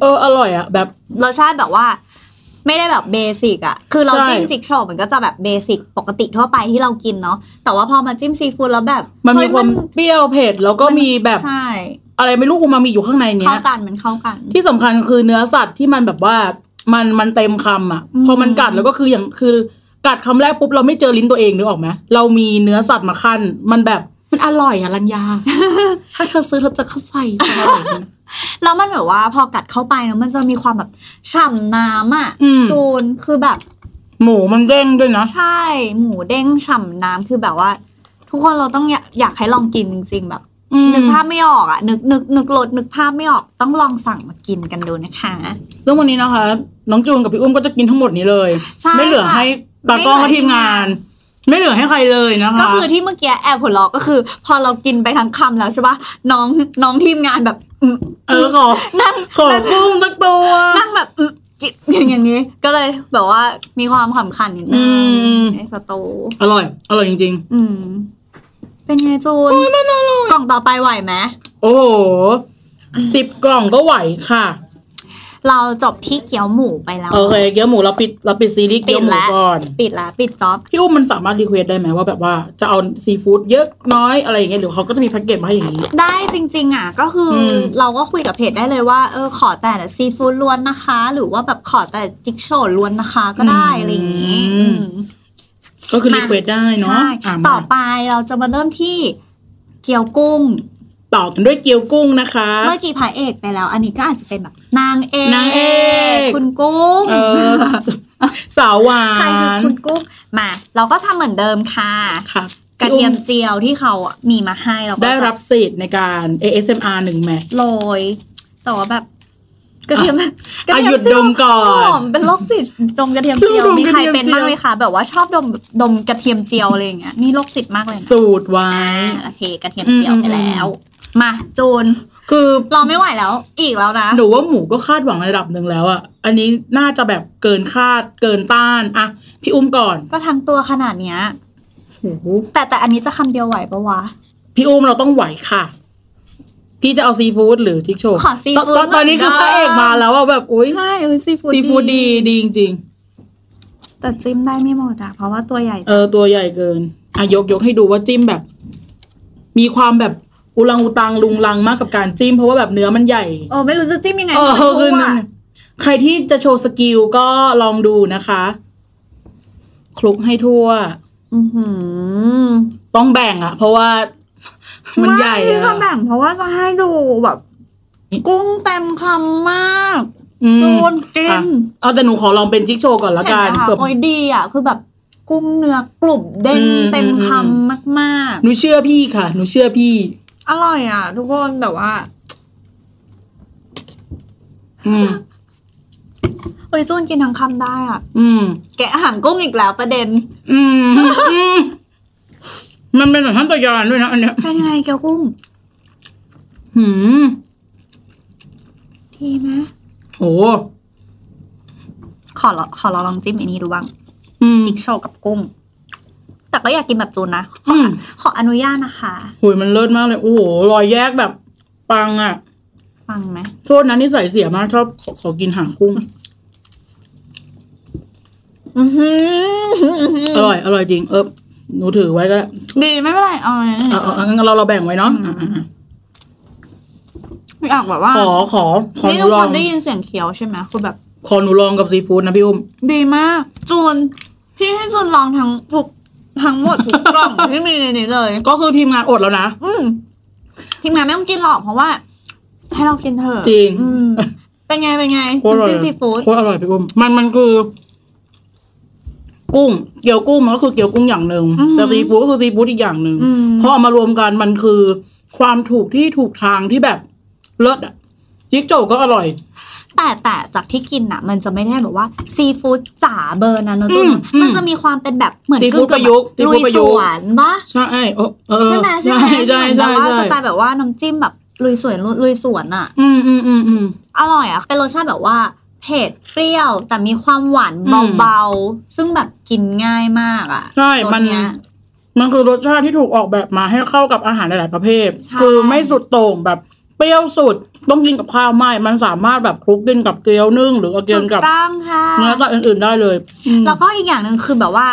[SPEAKER 4] เอออร่อยอ่ะ แบบ
[SPEAKER 3] รสชาติแบบว่า ไม่ได้แบบเบสิกอ่ะ คือเรา
[SPEAKER 4] ใช่
[SPEAKER 3] จิ้มจิกโฉวมันก็จะแบบเบสิกปกติทั่วไปที่เรากินเนาะ แต่ว่าพอมาจิ้มซีฟู้ดแล้วแบบ
[SPEAKER 4] มันมี
[SPEAKER 3] เฮ้ย
[SPEAKER 4] ความเปรี้ยวเผ็ดแล้วก็มีแบบ
[SPEAKER 3] ใช่
[SPEAKER 4] อะไรไม่รู้อูมามิอยู่ข้างในเนี้
[SPEAKER 3] เข้าย กันมันเข้ากัน
[SPEAKER 4] ที่สำคัญคือเนื้อสัตว์ที่มันแบบว่ามันมันเต็มคำอ่ะ
[SPEAKER 3] อืม
[SPEAKER 4] พอมันกัดแล้วก็คืออย่างคือกัดคำแรกปุ๊บเราไม่เจอลิ้นตัวเองนึกออกไหมเรามีเนื้อสัตว์มาขั้น มันแบบมันอร่อยอ่ะรัญญา ถ้าเธอซื้อเธอจะเข้าใจอร่อย นะ
[SPEAKER 3] แล้วมันแบบว่าพอกัดเข้าไปเนาะมันจะมีความแบบฉ่ำน้ำอ่ะ
[SPEAKER 4] อืม
[SPEAKER 3] จูนคือแบบ
[SPEAKER 4] หมูมันเด้งด้วยนะ
[SPEAKER 3] ใช่ หมูเด้งฉ่ำน้ำคือแบบว่า ทุกคนเราต้องอยากอยากให้ลองกินจริง ๆ แบบ
[SPEAKER 4] อืม
[SPEAKER 3] นึกภาพไม่ออกอ่ะ นึกนึกนึกรสนึกภาพไม่ออกต้องลองสั่งมากินกันดูนะคะ
[SPEAKER 4] ซึ่งวันนี้นะคะ น้องจูนกับพี่อุ้มก็จะกินทั้งหมดนี้เลย
[SPEAKER 3] ใช่
[SPEAKER 4] ไม่เหลือ
[SPEAKER 3] ค่ะ
[SPEAKER 4] ให้ตากล้องและทีมงาน ไม่เหลือให้ใครเลยนะคะ
[SPEAKER 3] ก็คือที่เมื่อกี้แอบหัวเราะก็คือ พอเรากินไปทั้งคำแล้วใช่ปะน้องน้องทีมงานแบบอืม
[SPEAKER 4] เออขอ
[SPEAKER 3] นั่ง
[SPEAKER 4] ขอกุ้งสักตัว
[SPEAKER 3] นั่งแบบอืมกินอย่างอย่างนี้ ก็เลยแบบว่ามีความขำขันนิดนึ
[SPEAKER 4] อืม
[SPEAKER 3] งไอ้สตู
[SPEAKER 4] อร่อย อร่อยจริง ๆ
[SPEAKER 3] อืม เป็นไงจูนกล่องต่อไปไหวไหม
[SPEAKER 4] โอ้โหสิบกล่องก็ไหวค่ะ
[SPEAKER 3] เราจบที่เกี๊ยวหมูไปแล้ว
[SPEAKER 4] โอเค เกี๊ยวหมูเราปิดเราปิดซีรีส์เกี๊ยวหมู
[SPEAKER 3] ปิดละ
[SPEAKER 4] ก่อน
[SPEAKER 3] ปิดละปิดจ็อบ
[SPEAKER 4] พี่อุ้มมันสามารถรีเควสได้ไหมว่าแบบว่าจะเอาซีฟู้ดเยอะน้อยอะไรอย่างเงี้ยหรือเขาก็จะมีแพ็กเกจมาให้อย่างนี้
[SPEAKER 3] ได้จริง ๆ อ่ะ ก็คืออ
[SPEAKER 4] ม
[SPEAKER 3] เราก็คุยกับเพจได้เลยว่าเออขอแต่ซีฟู้ดล้วนนะคะ หรือว่าแบบขอแต่จิ๊กโฉวล้วนนะคะก็ได้อะไรอย่างนี้อืม
[SPEAKER 4] ก็คือ
[SPEAKER 3] มา
[SPEAKER 4] รีเควสได้เนาะ
[SPEAKER 3] ใช่
[SPEAKER 4] ะ
[SPEAKER 3] ต่อ
[SPEAKER 4] มา
[SPEAKER 3] ไปเราจะมาเริ่มที่เกี๊ยวกุ้ง
[SPEAKER 4] ต่อกันด้วยเกี๊ยวกุ้งนะคะ
[SPEAKER 3] เมื่อกี้พระเอกไปแล้ว อันนี้ก็อาจจะเป็นแบบนางเอก
[SPEAKER 4] นางเอก
[SPEAKER 3] คุณกุ้ง
[SPEAKER 4] เออ สาวหวา
[SPEAKER 3] ใครคือน คุณกุ้งมา เราก็ทำเหมือนเดิมค่ะ
[SPEAKER 4] ค่ะ
[SPEAKER 3] กระเทียมเจียวที่เขามีมาให้เราก็
[SPEAKER 4] ได้
[SPEAKER 3] จะ
[SPEAKER 4] รับสิทธิ์ในการ ASMR หนึ่งแมท
[SPEAKER 3] โรยแต่ว่าแบบกระเทียมกระ
[SPEAKER 4] อ่ะ
[SPEAKER 3] เที
[SPEAKER 4] หยุด
[SPEAKER 3] เจี
[SPEAKER 4] ด
[SPEAKER 3] ว
[SPEAKER 4] มก่อน
[SPEAKER 3] หอมเป็นโรคจิตดมกระเทียมเจียว
[SPEAKER 4] ชอบดม
[SPEAKER 3] มีใคร
[SPEAKER 4] กระเทียม
[SPEAKER 3] เป็นบ้าง
[SPEAKER 4] เจียว
[SPEAKER 3] ไหมคะแบบว่าชอบดมดมกระเทียมเจียวอะไรอย่างเงี้ยนี่โรคจิตมากเลยนะ
[SPEAKER 4] สูตรไว้
[SPEAKER 3] อ่าเทกระเทียมเจียวไปแล้ว มาจูน
[SPEAKER 4] คือ
[SPEAKER 3] เราไม่ไหวแล้ว อีกแล้วนะ
[SPEAKER 4] หนูว่าหมูก็คาดหวังในระดับหนึ่งแล้วอะอันนี้น่าจะแบบเกินคาดเกินต้านอะพี่อุ้มก่อน
[SPEAKER 3] ก็ทั้งตัวขนาดเนี้ย
[SPEAKER 4] โอ้โห
[SPEAKER 3] แต่แต่อันนี้จะคำเดียวไหวปะวะ
[SPEAKER 4] พี่อุ้มเราต้องไหวค่ะ พี่จะเอาซีฟู้ดหรือทิกโชว์
[SPEAKER 3] ขอซีฟู้ด
[SPEAKER 4] ตอนตอนนี้คือพระเอกมาแล้วอะแบบอุ้ย
[SPEAKER 3] ใช่เอ้ยซีฟู้ด
[SPEAKER 4] ซีฟู้ดดีดีจริง
[SPEAKER 3] แต่จิ้มได้ไม่หมดอะเพราะว่าตัวใหญ่
[SPEAKER 4] ๆเออตัวใหญ่เกินอะยกยกให้ดูว่าจิ้มแบบ มีความแบบอุลังอุตังลุงลังมากกับการจิ้ม เพราะว่าแบบเนื้อมันใหญ่
[SPEAKER 3] โอ้ไม่รู้จะจิ้มยังไง
[SPEAKER 4] เออ
[SPEAKER 3] ไม่รู้
[SPEAKER 4] คือ
[SPEAKER 3] อะ
[SPEAKER 4] ใครที่จะโชว์สกิลก็ลองดูนะคะคลุกให้ทั่ว
[SPEAKER 3] อื้อหือ
[SPEAKER 4] ต้องแบ่งอะเพราะว่า มันใหญ่
[SPEAKER 3] ไคือ
[SPEAKER 4] อะ
[SPEAKER 3] คำแบ่งเพราะว่าจะให้ดูแบบ กุ้งเต็มคำมาก
[SPEAKER 4] อืม
[SPEAKER 3] โดนกิ
[SPEAKER 4] อ่ะ
[SPEAKER 3] น
[SPEAKER 4] เอาแต่หนูขอลองเป็นจิ๊กโชว์ก่อนละกัน
[SPEAKER 3] เห็ไหมคะ
[SPEAKER 4] เผื่อ
[SPEAKER 3] โอ้ยดีอ่ะ คือแบบกุ้งเนื้อกรุบเด้ง
[SPEAKER 4] อืม
[SPEAKER 3] เต็ม
[SPEAKER 4] อืม
[SPEAKER 3] คำมาก
[SPEAKER 4] หนูเชื่อพี่ค่ะ หนูเชื่อพี่
[SPEAKER 3] ๆ อร่อยอ่ะ ทุกคนแบบว่า
[SPEAKER 4] อืม
[SPEAKER 3] โอ้ยจูนกินทั้งคำได้อ่ะ
[SPEAKER 4] อืม
[SPEAKER 3] แกะอาหารกุ้งอีกแล้วประเด็น
[SPEAKER 4] อืมอืมมันเป็นแบบท่านตะยานด้วยนะอันเนี้ย
[SPEAKER 3] เป็นยังไงเกี๊ยวกุ้ง
[SPEAKER 4] หืม
[SPEAKER 3] ดีไหม
[SPEAKER 4] โอ้
[SPEAKER 3] ขอลองขอลองลองจิ้มอันนี้ดูบ้าง
[SPEAKER 4] อืม
[SPEAKER 3] จิ๊กโชว์กับกุ้ง แต่ก็อยากกินแบบจูนนะ
[SPEAKER 4] อืม
[SPEAKER 3] ขออนุญาตนะคะ
[SPEAKER 4] หุยมันเลิศมากเลย โอ้โหรอยแยกแบบ ปังอะ
[SPEAKER 3] ฟังไหม
[SPEAKER 4] โทษนะนิสัยเสียมากชอบขอขอกินหางกุ้ง
[SPEAKER 3] อื้อหือ
[SPEAKER 4] อร่อย อร่อยจริง เออหนูถือไว้ก็ได้
[SPEAKER 3] ดีไม่เป็นไรเอาไง
[SPEAKER 4] เอาเอาเอางั้นเราเราแบ่งไว้เนาะอ่ะอ่ะอ่ะ
[SPEAKER 3] ไม่อยากแบบว่า
[SPEAKER 4] ขอขอขอ
[SPEAKER 3] นี่
[SPEAKER 4] หนู
[SPEAKER 3] ทุกค
[SPEAKER 4] ลอง
[SPEAKER 3] นได้ยินเสียงเคี้ยวใช่ไหมคือแบบ
[SPEAKER 4] ขอหนูลองกับซีฟู้ดนะพี่อุ้ม
[SPEAKER 3] ดีมาก จูน พี่ให้จูนลองทั้งทุกทั้งหมดทุกกล่อง ที่มีในนี้เลย
[SPEAKER 4] ก็คือทีมงานอดแล้วนะ
[SPEAKER 3] อืมทีมงานไม่ต้องกินหรอกเพราะว่า ให้เรากินเถอะ
[SPEAKER 4] จริง
[SPEAKER 3] อืมเป็นไง เป็นไง
[SPEAKER 4] โคตรอร่อย
[SPEAKER 3] จิ้มซีฟู้ด
[SPEAKER 4] โคตรอร่อยพี่อุ้มมันมันคือ กุ้ง เกี๊ยวกุ้งมันก็คือเกี๊ยวกุ้งอย่างหนึ่งแต่ซีฟู้ดก็คือซีฟู้ดอีกอย่างหนึ่ง
[SPEAKER 3] อืม
[SPEAKER 4] พอเอามารวมกันมันคือ ความถูกที่ถูกทางที่แบบเลิศอะจิ๊กโจวก็อร่อย
[SPEAKER 3] แต่แต่จากที่กินอ่ะ มันจะไม่ได้แบบว่าซีฟู้ดจ๋าเบอร์นั้นนะจุ
[SPEAKER 4] อืม
[SPEAKER 3] นมันจะมีความเป็นแบบเหมือนกึ่
[SPEAKER 4] seafood
[SPEAKER 3] งๆ
[SPEAKER 4] ประยุกต์
[SPEAKER 3] แบบลุย
[SPEAKER 4] seafood ประ
[SPEAKER 3] ส
[SPEAKER 4] ยุกต์
[SPEAKER 3] วนปะ
[SPEAKER 4] ใช่โอ้เออ
[SPEAKER 3] ใช่ไหมใช่ไหม
[SPEAKER 4] ใช่
[SPEAKER 3] เหมือนแบ
[SPEAKER 4] ใช่
[SPEAKER 3] บว่าสไต
[SPEAKER 4] ใช่
[SPEAKER 3] ล์แบบว่าน้ำจิ้มแบบลุยสวนลุยสวนอ่ะ
[SPEAKER 4] อืมอืมอืมอืม
[SPEAKER 3] อร่อยอ่ะ เป็นรสชาติแบบว่าเผ็ดเปรี้ยว แต่มีความหวาน
[SPEAKER 4] อืม
[SPEAKER 3] เบาๆ ซึ่งแบบกินง่ายมากอ่ะ
[SPEAKER 4] ใช่
[SPEAKER 3] รส
[SPEAKER 4] มัน
[SPEAKER 3] เย
[SPEAKER 4] มันคือรสชาติที่ถูกออกแบบมาให้เข้ากับอาหารหลาย ๆ ประเภท
[SPEAKER 3] ใช่
[SPEAKER 4] คือไม่สุดโต่งแบบเปรี้ยวสุด ต้องกินกับข้าวไม่ มันสามารถแบบคลุกกินกับเกี๊ยวนึ่งหรือเอากิน
[SPEAKER 3] ถูก
[SPEAKER 4] กับ
[SPEAKER 3] ต้องค่ะ
[SPEAKER 4] เนื้อสัตว์อื่น ๆ ได้เลยอืม
[SPEAKER 3] แล้วก็อีกอย่างหนึ่งคือแบบว่า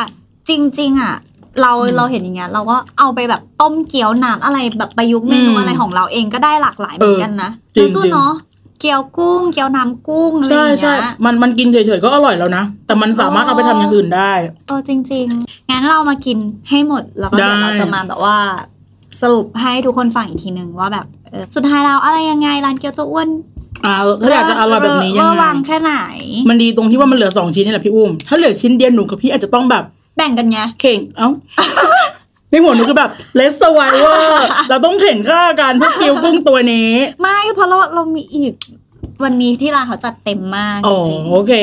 [SPEAKER 3] จริง ๆ อ่ะ เรา
[SPEAKER 4] อืม
[SPEAKER 3] เราเห็นอย่างเงี้ยเราก็เอาไปแบบต้มเกี๊ยวน้ำอะไรแบบประยุกต์เมนู
[SPEAKER 4] อืม
[SPEAKER 3] อะไรของเราเองก็ได้หลากหลายเหมือนกันนะ
[SPEAKER 4] เออจริง
[SPEAKER 3] นะจุน
[SPEAKER 4] จริง
[SPEAKER 3] เนาะเกี๊ยวกุ้ง เกี๊ยวน้ำกุ้งอะไร
[SPEAKER 4] ใช่
[SPEAKER 3] อย่าง
[SPEAKER 4] ใช่
[SPEAKER 3] เงี้ย
[SPEAKER 4] มันมันกินเฉย ๆ ก็อร่อยแล้วนะ แต่มันสามารถเอาไปทำอย่างอื่นได้
[SPEAKER 3] เออจริงๆ งั้นเรามากินให้หมดแล้วก็เดี๋ยว
[SPEAKER 4] ได้
[SPEAKER 3] เราจะมาแบบว่า สรุปให้ทุกคนฟังอีกทีหนึ่งว่าแบบเออสุดท้ายแล้วอะไรยังไงร้านเกี๊ยวตัวอ้วน
[SPEAKER 4] อ่าถ้าอยากจะอร่อยแบบนี้ยัง
[SPEAKER 3] เวอร์
[SPEAKER 4] ไง
[SPEAKER 3] วังแค่ไหน
[SPEAKER 4] มันดีตรงที่ว่ามันเหลือสองชิ้นนี่แหละพี่อุ้ม ถ้าเหลือชิ้นเดียวหนูกับพี่อาจจะต้องแบบ
[SPEAKER 3] แบ่งกันไง
[SPEAKER 4] เข่ง เอ้า ในหัวหนูคือแบบเลสไวเวอร์เราต้องเข่งฆ่ากันเพื่อเกี๊ยวกุ้งตัวนี้
[SPEAKER 3] ไม่เพราะเราเรามีอีก วันนี้ที่ร้านเขาจัดเต็มมาก
[SPEAKER 4] อ๋อ
[SPEAKER 3] จริง
[SPEAKER 4] โอเค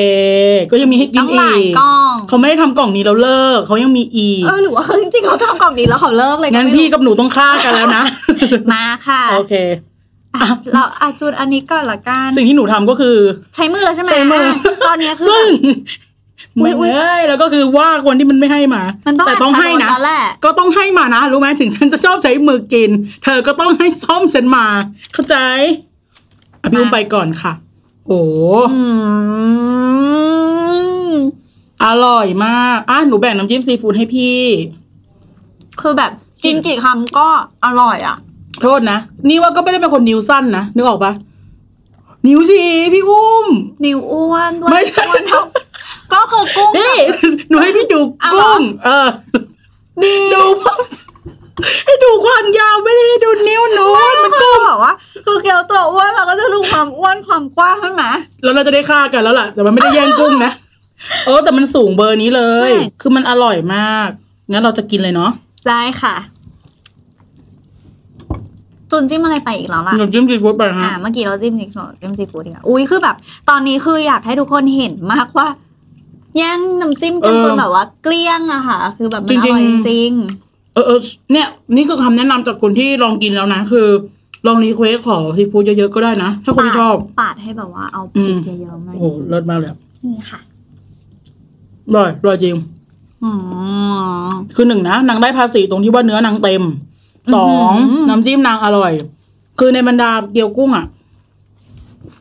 [SPEAKER 4] ก็ยังมีให้
[SPEAKER 3] ๆ
[SPEAKER 4] กิ
[SPEAKER 3] ต้
[SPEAKER 4] น
[SPEAKER 3] อง
[SPEAKER 4] อี
[SPEAKER 3] หลาย
[SPEAKER 4] ก
[SPEAKER 3] กล้อง
[SPEAKER 4] เขาไม่ได้ทำกล่องนี้แล้วเลิกเขายังมีอีก
[SPEAKER 3] เออหรือว่าจริงๆเขาทำกล่องนี้แล้วเขาเลิกเลยก็
[SPEAKER 4] งั้น
[SPEAKER 3] ไม่
[SPEAKER 4] พี่
[SPEAKER 3] รู้
[SPEAKER 4] กับหนูต้องฆ่ากันแล้วนะ
[SPEAKER 3] มาค่ะ
[SPEAKER 4] โอเค
[SPEAKER 3] อ่ะเราอาจูนอันนี้ก่อนละกัน
[SPEAKER 4] สิ่งที่หนูทำก็คือ
[SPEAKER 3] ใช้มือแล้วใช่ไหม
[SPEAKER 4] ใช้มือ
[SPEAKER 3] ตอนเนี้ยคือ
[SPEAKER 4] ซึ่ง
[SPEAKER 3] แบบ อุ๊
[SPEAKER 4] ไม่
[SPEAKER 3] ยอุ๊ย
[SPEAKER 4] เอ้ยแล้วก็คือว่าคนที่มันไม่ให้มา
[SPEAKER 3] มันต้อง
[SPEAKER 4] แต่ต้องให้นะ
[SPEAKER 3] ดแล้วแหละ
[SPEAKER 4] ก็ต้องให้มานะ รู้ไหมถึงฉันจะชอบใช้มือกิน เธอก็ต้องให้ซ่อมฉันมา เข้าใจอ่ะพี่อุ้ม
[SPEAKER 3] มา
[SPEAKER 4] ไปก่อนค่ะ โอ้
[SPEAKER 3] อืม
[SPEAKER 4] อร่อยมากอ่ะหนูแบ่งน้ำจิ้มซีฟู้ดให้พี่
[SPEAKER 3] คือแบบกินกี่คำก็อร่อยอ่ะ
[SPEAKER 4] โทษนะ นี่ว่าก็ไม่ได้เป็นคนนิ้วสั้นนะ นึกออกปะนิ้วชี้พี่อุ้ม
[SPEAKER 3] นิ้วอ้วนด้วย
[SPEAKER 4] ไม่ใช่
[SPEAKER 3] อ้วนเท่าก็คือกุ้ง
[SPEAKER 4] นี่ หนูให้พี่ดู
[SPEAKER 3] เอาเหรอ
[SPEAKER 4] กุ้ง เออ
[SPEAKER 3] ดี
[SPEAKER 4] ดู ให้ดูความยาวไม่ได้ให้ดูนิ้วหนู
[SPEAKER 3] มันก็แบบว่า คือเกลียวตัวอ้วนเราก็จะรู้ความอ้วนความกว้างใช่ไหม
[SPEAKER 4] แล้วเราจะได้ฆ่ากันแล้วล่ะ แต่มันไม่ได้แย่งกุ้งนะ เออ แต่มันสูงเบอร์นี้เลย
[SPEAKER 3] ใช่
[SPEAKER 4] คือมันอร่อยมาก งั้นเราจะกินเลยเนาะ
[SPEAKER 3] ได้ค่ะ จุนจิ้มอะไรไปอีกแล้วล่ะ
[SPEAKER 4] หนูจิ้มซีฟู้ดไปฮะ
[SPEAKER 3] อ่าเมื่อกี้เราจิ้มจิ้มจิ้มซีฟู้ดดีกว่าอุ้ยคือแบบ ตอนนี้คืออยากให้ทุกคนเห็นมากว่าแย่งน้ำจิ้มกัน
[SPEAKER 4] เออ
[SPEAKER 3] จนแบบว่าเกลี้ยงอะค่ะ คือแบบมันอ
[SPEAKER 4] จริง
[SPEAKER 3] ร่อย
[SPEAKER 4] ๆ
[SPEAKER 3] จริง
[SPEAKER 4] เออเออเนี่ย นี่คือคำแนะนำจากคนที่ลองกินแล้วนะ คือ ลองรีเควสขอซีฟู้ดเยอะๆก็ได้นะ ถ้า
[SPEAKER 3] ๆ
[SPEAKER 4] คนชอบ
[SPEAKER 3] ปาดปาดให้แบบว่าเอาพ
[SPEAKER 4] อื
[SPEAKER 3] ริก
[SPEAKER 4] ม
[SPEAKER 3] เยอะๆหน่อย
[SPEAKER 4] โอ้โหเลิศมากเลยอะ
[SPEAKER 3] นี่ค่ะ
[SPEAKER 4] อร่อยอร่อยจริง
[SPEAKER 3] อืม
[SPEAKER 4] คือหนึ่งนะนางได้ภาษีตรงที่ว่าเนื้อนางเต็มสอง
[SPEAKER 3] อื้อหือ
[SPEAKER 4] น้ำจิ้มนางอร่อย คือในบรรดาเกี๊ยวกุ้งอ่ะ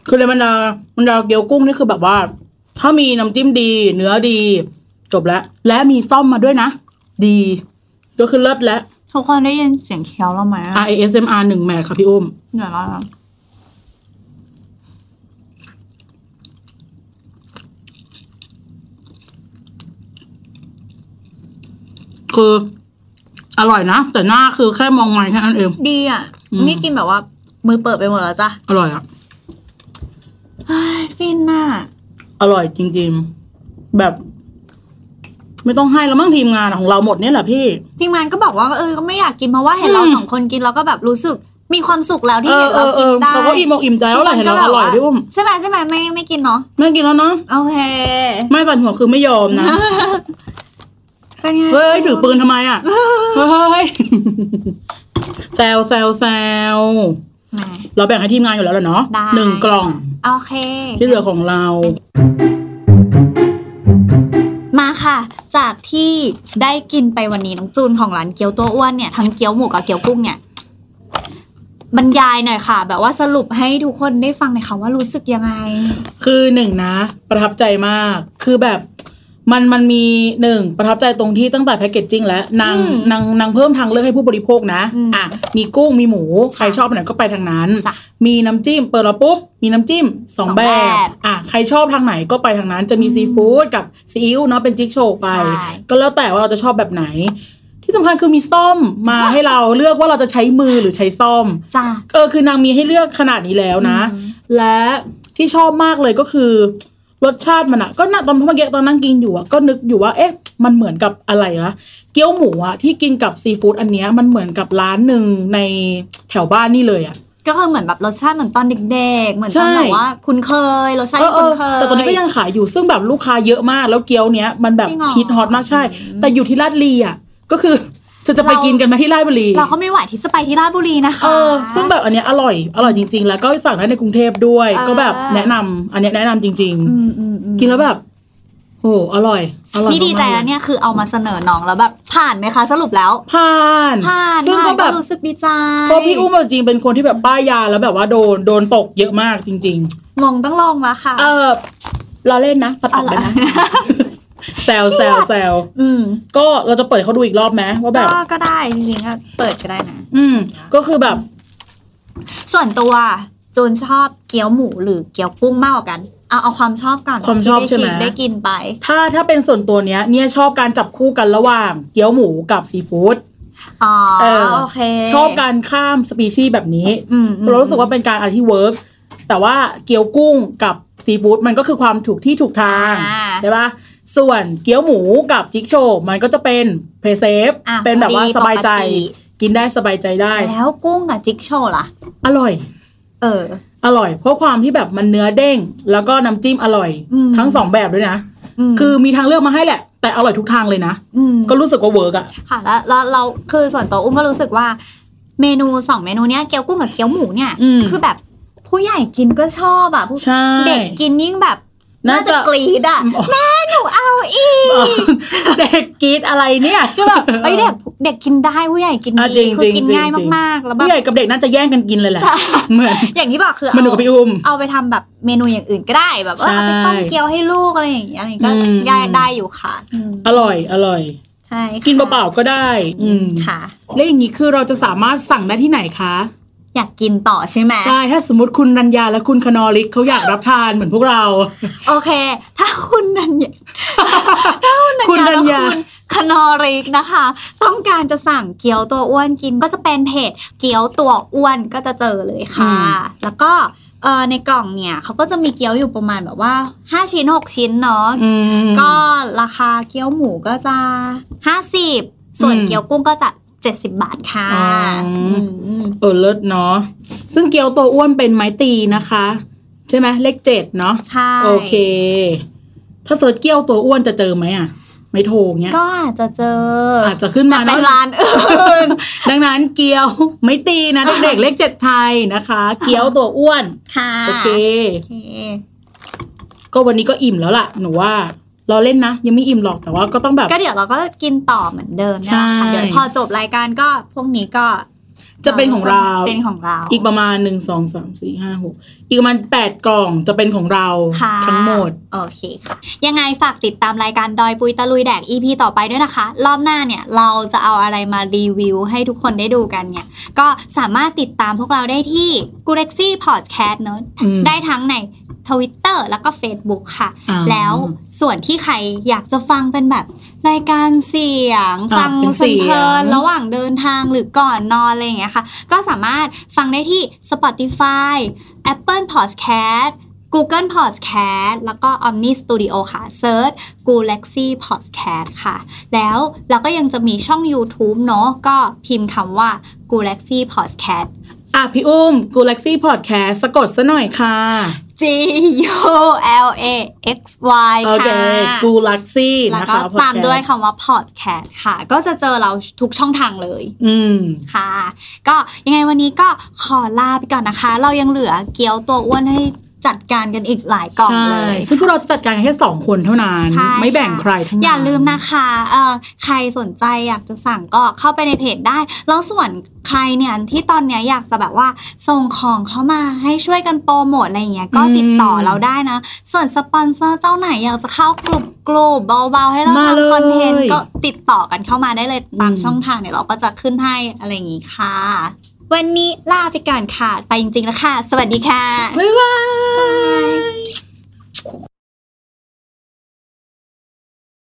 [SPEAKER 4] คือในบรรดาบรรดาเกี๊ยวกุ้งนี่คือแบบว่า ถ้ามีน้ำจิ้มดี เนื้อดี จบแล้ว และมีซ่อมมาด้วยนะ ดีก็คือเลิศแล้ว
[SPEAKER 3] ทุกคนได้ยินเสียงเคี้ยวเราไหม
[SPEAKER 4] R A S M R หนึ่งแมทค่ะพี่อุ้ม
[SPEAKER 3] เดี๋ยวเรา
[SPEAKER 4] คือ อร่อยนะ แต่หน้าคือแค่มองไงแค่นั้นเอง
[SPEAKER 3] ดีอ่ะ
[SPEAKER 4] อืม
[SPEAKER 3] นี่กินแบบว่า มือเปิดไปหมดแล้วจ้ะ
[SPEAKER 4] อร่อยอ่ะ
[SPEAKER 3] เฮ้ยฟินน่ะ
[SPEAKER 4] อร่อยจริงๆ แบบ ไม่ต้องให้แล้วมั้งทีมงานของเราหมดเนี่ยแหละพี่
[SPEAKER 3] ทีมงานก็บอกว่าเออก็ไม่อยากกินเพราะว่าเห็นเรา
[SPEAKER 4] อืม
[SPEAKER 3] สองคนกินแล้วก็แบบรู้สึกมีความสุขแล้วที่
[SPEAKER 4] เอ
[SPEAKER 3] เห็
[SPEAKER 4] อน เอ
[SPEAKER 3] เรากิน
[SPEAKER 4] อเออ
[SPEAKER 3] ได้
[SPEAKER 4] เขาก็อิ่มอกอิ่มใจว่าหลายเราอร่อยพี่อุ้ม
[SPEAKER 3] ใช่ไหมใช่ไหมไม่ไม่กินเนาะ
[SPEAKER 4] ไม่กินแล้วเนาะ
[SPEAKER 3] โอเค
[SPEAKER 4] ไม่ฝันหัวคือไม่ยอมนะ
[SPEAKER 3] เป็นไง
[SPEAKER 4] เฮ้ยถือปืนทำไมอ่ะเฮ้ยแซวแซวแซว
[SPEAKER 3] แหม
[SPEAKER 4] เราแบ่งให้ทีมงานอยู่แล้วแหละเนาะ
[SPEAKER 3] ได้
[SPEAKER 4] หนึ่งกล่อง
[SPEAKER 3] โอเค
[SPEAKER 4] ที่เหลือของเรา
[SPEAKER 3] มาค่ะ จากที่ได้กินไปวันนี้น้องจูนของร้านเกี๊ยวตัวอ้วนเนี่ยทั้งเกี๊ยวหมูกับเกี๊ยวกุ้งเนี่ยบรรยายหน่อยค่ะ แบบว่าสรุปให้ทุกคนได้ฟังหน่อยค่ะว่ารู้สึกยังไง
[SPEAKER 4] คือหนึ่งนะ ประทับใจมาก คือแบบมันมันมีหนึ่งประทับใจตรงที่ตั้งแต่แพคเกจจิ้งแล้วนาง
[SPEAKER 3] อืม
[SPEAKER 4] นางนางเพิ่มทางเลือกให้ผู้บริโภคนะ
[SPEAKER 3] อืม
[SPEAKER 4] อ่ะมีกุ้งมีหมูใครชอบอันไหนก็ไปทางนั้น
[SPEAKER 3] จ้ะ
[SPEAKER 4] มีน้ำจิ้มเปิดแล้วปุ๊บมีน้ำจิ้มสอง
[SPEAKER 3] สอง
[SPEAKER 4] แบ
[SPEAKER 3] แบบ
[SPEAKER 4] บอ่ะใครชอบทางไหนก็ไปทางนั้นจะมี
[SPEAKER 3] อืม
[SPEAKER 4] ซีฟู้ดกับซีอิ๊วเนาะเป็นจิ๊กโชว์ไป
[SPEAKER 3] ใช่
[SPEAKER 4] ก็แล้วแต่ว่าเราจะชอบแบบไหน ที่สำคัญคือมีซ่อมมาให้เราเลือกว่าเราจะใช้มือหรือใช้ซ่อม
[SPEAKER 3] จ้า
[SPEAKER 4] เออคือนางมีให้เลือกขนาดนี้แล้วนะ
[SPEAKER 3] อืม
[SPEAKER 4] และที่ชอบมากเลยก็คือ รสชาติมันอะก็น่าตอนเมื่อกี้ตอนนั่งกินอยู่อะก็นึกอยู่ว่าเอ๊ะ มันเหมือนกับอะไรวะเกี๊ยวหมูอะที่กินกับซีฟู้ดอันเนี้ยมันเหมือนกับร้านหนึ่งในแถวบ้านนี่เลยอะ
[SPEAKER 3] ก็คือเหมือนแบบรสชาติเหมือนตอนเด็กๆ เหมือนตอน
[SPEAKER 4] ใช่
[SPEAKER 3] แบบว่าคุ้นเคยรสชาติ
[SPEAKER 4] เออ
[SPEAKER 3] ที่คุ้
[SPEAKER 4] เออน
[SPEAKER 3] เคย
[SPEAKER 4] แต่ตอนนี้ก็ยังขายอยู่ซึ่งแบบลูกค้าเยอะมาก แล้วเกี๊ยวเนี้ยมันแบบ
[SPEAKER 3] จริงเหรอ
[SPEAKER 4] ฮิตฮอตมากใช่ แต่อยู่ที่ลาดลีอ่ะก็คือ จะจะไป
[SPEAKER 3] เรากิ
[SPEAKER 4] กินกันไหมาที่ลาดบุรี
[SPEAKER 3] เราก็ไม่ไหวที่จะไปที่ราชบุรีนะคะ
[SPEAKER 4] เออซึ่งแบบอันเนี้ยอร่อยอร่อยจริง ๆ แล้วก็สั่งได้ในกรุงเทพด้วย
[SPEAKER 3] อ่า
[SPEAKER 4] ก็แบบแนะนำอันเนี้ยแนะนำจริง
[SPEAKER 3] อืมอืมอืม
[SPEAKER 4] ๆ กินแล้วแบบโอ้โหอร่อยอร่อย
[SPEAKER 3] นี่ดีใจ
[SPEAKER 4] มากๆ
[SPEAKER 3] แล้วเนี่ยคือเอามาเสนอน้องแล้วแบบผ่านไหมคะ สรุปแล้ว
[SPEAKER 4] ผ่าน
[SPEAKER 3] ผ่าน
[SPEAKER 4] ซึ่ง
[SPEAKER 3] ผ่า
[SPEAKER 4] ก็
[SPEAKER 3] น
[SPEAKER 4] แบบ
[SPEAKER 3] รู้สึกดีใจ
[SPEAKER 4] เพราะพี่อุ้มเอาจริงเป็นคนที่แบบป้ายยาแล้วแบบว่าโดนโดนตกเยอะมากจริง ๆ
[SPEAKER 3] มงต้องลองละค่ะ
[SPEAKER 4] เออเราเล่นนะปัด
[SPEAKER 3] อ๋
[SPEAKER 4] ปั
[SPEAKER 3] อ
[SPEAKER 4] ด
[SPEAKER 3] เหรอ
[SPEAKER 4] นะแซวแซวแซว
[SPEAKER 3] อืม
[SPEAKER 4] ก็เราจะเปิดเขาดูอีกรอบไหมว่าแบบ
[SPEAKER 3] ก็ก็ได้จริงๆก็เปิดก็ได้นะ
[SPEAKER 4] อืม ก็คือแบบ
[SPEAKER 3] ส่วนตัวจูนชอบเกี๊ยวหมูหรือเกี๊ยวกุ้งมากกว่ากัน เอาเอาความชอบก่อน
[SPEAKER 4] ความชอบ
[SPEAKER 3] ที่
[SPEAKER 4] ใช่ไหม
[SPEAKER 3] ด้ได้กินไป
[SPEAKER 4] ถ้าถ้าเป็นส่วนตัวเนี้ย เนี่ยชอบการจับคู่กันระหว่างเกี๊ยวหมูกับซีฟู้ด
[SPEAKER 3] อ๋อ
[SPEAKER 4] เออ
[SPEAKER 3] โอเค
[SPEAKER 4] ชอบการข้ามสปีชีส์แบบนี้
[SPEAKER 3] อืมอืม
[SPEAKER 4] เรารู้สึกว่าเป็นการอะไรที่เวิร์กแต่ว่าเกี๊ยวกุ้งกับซีฟู้ดมันก็คือความถูกที่ถูกทาง
[SPEAKER 3] อ่า
[SPEAKER 4] ใช่ปะส่วนเกี๊ยวหมูกับจิ๊กโชว์มันก็จะเป็นเพรเซฟ
[SPEAKER 3] อ่ะ
[SPEAKER 4] เป็นแบบ
[SPEAKER 3] พ
[SPEAKER 4] ว่า
[SPEAKER 3] อดี
[SPEAKER 4] สบายใจ
[SPEAKER 3] ปกติ
[SPEAKER 4] กินได้สบายใจได้
[SPEAKER 3] แล้วกุ้งกับจิ๊กโชว์ล่ะ
[SPEAKER 4] อร่อย
[SPEAKER 3] เออ
[SPEAKER 4] อร่อย เพราะความที่แบบมันเนื้อเด้ง แล้วก็น้ำจิ้มอร่อย
[SPEAKER 3] อืม
[SPEAKER 4] ทั้งสองแบบด้วยนะ
[SPEAKER 3] ม
[SPEAKER 4] คือมีทางเลือกมาให้แหละ แต่อร่อยทุกทางเลยนะ
[SPEAKER 3] ม
[SPEAKER 4] ก็รู้สึกว่าเวิร์กอะ
[SPEAKER 3] ค่ะแล้วแล้วเราคือส่วนตัวอุ้มก็รู้สึกว่า เมนูสองเมนูเนี้ยเกี๊ยวกุ้งกับเกี๊ยวหมูเนี่ย คือแบบผู้ใหญ่กินก็ชอบอ่ะผู้
[SPEAKER 4] ใช่
[SPEAKER 3] เด็กกินยิ่งแบบ
[SPEAKER 4] น่า
[SPEAKER 3] น่า
[SPEAKER 4] จะ
[SPEAKER 3] จะกรีดอ่ะ
[SPEAKER 4] อ๋อ
[SPEAKER 3] หนูเอาอีก
[SPEAKER 4] เด็กกรีดอะไรเนี่ย
[SPEAKER 3] คือแบบเอ้ยเด็กเด็กกินได้ผู้ใหญ่กิน
[SPEAKER 4] อ่ะจริ
[SPEAKER 3] ดี
[SPEAKER 4] ง
[SPEAKER 3] คื
[SPEAKER 4] จริ
[SPEAKER 3] อง กิน
[SPEAKER 4] จริง
[SPEAKER 3] ง่าย
[SPEAKER 4] จริง
[SPEAKER 3] มากๆแล้วแบ
[SPEAKER 4] ผู้
[SPEAKER 3] บ
[SPEAKER 4] ใหญ่กับเด็กน่าจะแย่งกันกินเลยแหละ
[SPEAKER 3] ใช่
[SPEAKER 4] เหมือน
[SPEAKER 3] อย่างที่บอกคือ
[SPEAKER 4] มันหนูกั
[SPEAKER 3] เอา
[SPEAKER 4] บพี่อุ้ม
[SPEAKER 3] เอาไปทำแบบเมนูอย่างอื่นก็ได้แบบว่า
[SPEAKER 4] ใช่
[SPEAKER 3] เอาไปต้มเกี๊ยวให้ลูกอะไรอย่างเงี้ยอะไรก็
[SPEAKER 4] อืม
[SPEAKER 3] ได้ได้อยู่ค่ะอืม
[SPEAKER 4] อร่อย อร่อย
[SPEAKER 3] ใช่ค่ะ
[SPEAKER 4] กินเปล่าๆก็ได้ อืม
[SPEAKER 3] ค่ะ
[SPEAKER 4] แล้วอย่างนี้คือเราจะสามารถสั่งได้ที่ไหนคะ
[SPEAKER 3] อยากกินต่อใช่ไหม
[SPEAKER 4] ใช่ ถ้าสมมติคุณรัญญาและคุณคนอริกเขาอยากรับทานเหมือนพวกเรา
[SPEAKER 3] โอเค ถ้าคุณนัน ยถ้าคุณนัน
[SPEAKER 4] คุณธัญ
[SPEAKER 3] ยา
[SPEAKER 4] ญา
[SPEAKER 3] และคุณคณอริกนะคะ ต้องการจะสั่งเกี๊ยวตัวอ้วนกินก็จะเป็นเพจเกี๊ยวตัวอ้วนก็จะเจอเลยค่ะ แล้วก็เอ่อในกล่องเนี่ยเขาก็จะมีเกี๊ยวอยู่ประมาณแบบว่า 5 ชิ้น 6 ชิ้นเนาะ
[SPEAKER 4] อืม
[SPEAKER 3] ก็ราคาเกี๊ยวหมูก็จะห้าสิบส่วน
[SPEAKER 4] อืม
[SPEAKER 3] เกี๊ยวกุ้งก็จะเจ็ดสิบบาทค่ะ
[SPEAKER 4] อ๋ออื
[SPEAKER 3] มอืม
[SPEAKER 4] เออเลิศเนาะซึ่งเกียวตัวอ้วนเป็นไม้ตีนะคะ ใช่ไหมเลขเจ็ดเนาะ
[SPEAKER 3] ใช่
[SPEAKER 4] โอเค ถ้าเสิร์ชเกียวตัวอ้วนจะเจอไหมอ่ะ ไม่โทรเงี้ย
[SPEAKER 3] ก็อาจจะเจออ
[SPEAKER 4] อาจจะขึ้นมา
[SPEAKER 3] แต่เป็น
[SPEAKER 4] เนาะ
[SPEAKER 3] ร้านอื่น
[SPEAKER 4] ดังนั้นเกียวไม่ตีนะเด็กๆเลขเจ็ดไทยนะคะ เกียวตัวอ้วน
[SPEAKER 3] ค่ะ
[SPEAKER 4] โอเค
[SPEAKER 3] โอเค
[SPEAKER 4] ก็วันนี้ก็อิ่มแล้วล่ะ หนูว่าเราเล่นนะ ยังไม่อิ่มหรอกแต่ว่าก็ต้องแบบ
[SPEAKER 3] ก็เดี๋ยวเราก็กินต่อเหมือนเดิมนะ
[SPEAKER 4] ใช่
[SPEAKER 3] คะเดี๋ยวพอจบรายการก็พวกนี้ก็
[SPEAKER 4] จะเป็นของเรา
[SPEAKER 3] เป็นของเรา
[SPEAKER 4] อีกประมาณหนึ่งสองสามสี่ห้าหกอีกประมาณแปดกล่องจะเป็นของเรา
[SPEAKER 3] ค่ะ
[SPEAKER 4] ทั้งหมด
[SPEAKER 3] โอเคค่ะ ยังไงฝากติดตามรายการดอยปุยตะลุยแดก EP ต่อไปด้วยนะคะ รอบหน้าเนี่ยเราจะเอาอะไรมารีวิวให้ทุกคนได้ดูกันเนี่ย ก็สามารถติดตามพวกเราได้ที่ g u r e x y Podcast เนอะ
[SPEAKER 4] อืม
[SPEAKER 3] ได้ทั้งใน Twitter แล้วก็ Facebook ค่ะ
[SPEAKER 4] อ่า
[SPEAKER 3] แล้วส่วนที่ใครอยากจะฟังเป็นแบบรายการเสียง
[SPEAKER 4] อ่ะ
[SPEAKER 3] ฟัง
[SPEAKER 4] เป็น
[SPEAKER 3] เพ
[SPEAKER 4] เสียง
[SPEAKER 3] ลินๆระหว่างเดินทางหรือก่อนนอนอะไรอย่างเงี้ยค่ะ ก็สามารถฟังได้ที่ Spotify Apple Podcast Google Podcast แล้วก็ Omni Studio ค่ะ Search Galaxy Podcast ค่ะ แล้วเราก็ยังจะมีช่อง YouTube เนาะก็พิมพ์คำว่า Galaxy Podcast
[SPEAKER 4] อ่ะพี่อุ้มกูเล็กซี่พอดแคสสะกดซะหน่อยค่ะ
[SPEAKER 3] G U L A X Y
[SPEAKER 4] โอ
[SPEAKER 3] ค
[SPEAKER 4] เค
[SPEAKER 3] ่ะ
[SPEAKER 4] กูเล็กซี่
[SPEAKER 3] แล้ว
[SPEAKER 4] นะ
[SPEAKER 3] ก็
[SPEAKER 4] คะ podcast
[SPEAKER 3] ตามด้วยคำว่า podcast ค่ะ ก็จะเจอเราทุกช่องทางเลย
[SPEAKER 4] อืม
[SPEAKER 3] ค่ะ ก็ยังไงวันนี้ก็ขอลาไปก่อนนะคะ เรายังเหลือเกี๊ยวตัวอ้วนให้จัดการกันอีกหลายกล่อง
[SPEAKER 4] ใช่
[SPEAKER 3] เลย
[SPEAKER 4] ซึ่งพวกเราจะจัดการกันแค่สองคนเท่านั้น
[SPEAKER 3] ใช่
[SPEAKER 4] ไม่แบ่ง
[SPEAKER 3] ค่ะ
[SPEAKER 4] ใครทั้งนั้น
[SPEAKER 3] อย่าลืมนะคะเอ่อใครสนใจอยากจะสั่งก็เข้าไปในเพจได้ แล้วส่วนใครเนี่ยที่ตอนเนี้ยอยากจะแบบว่าส่งของเข้ามาให้ช่วยกันโปรโมทอะไรอย่างเงี้ยก็ติดต่อเราได้นะ ส่วนสปอนเซอร์เจ้าไหนอยากจะเข้ากลุ่มกลุ่มเบาๆให้เรา
[SPEAKER 4] าเลย
[SPEAKER 3] ทำคอนเทนต์ก็ติดต่อกันเข้ามาได้เลยตาม
[SPEAKER 4] อืม
[SPEAKER 3] ช่องทางเนี่ยเราก็จะขึ้นให้อะไรอย่างงี้ค่ะ วันนี้ลาไปก่อนค่ะ ไปจริงๆแล้วค่ะ สวัสดีค่ะ
[SPEAKER 4] บ๊ายบาย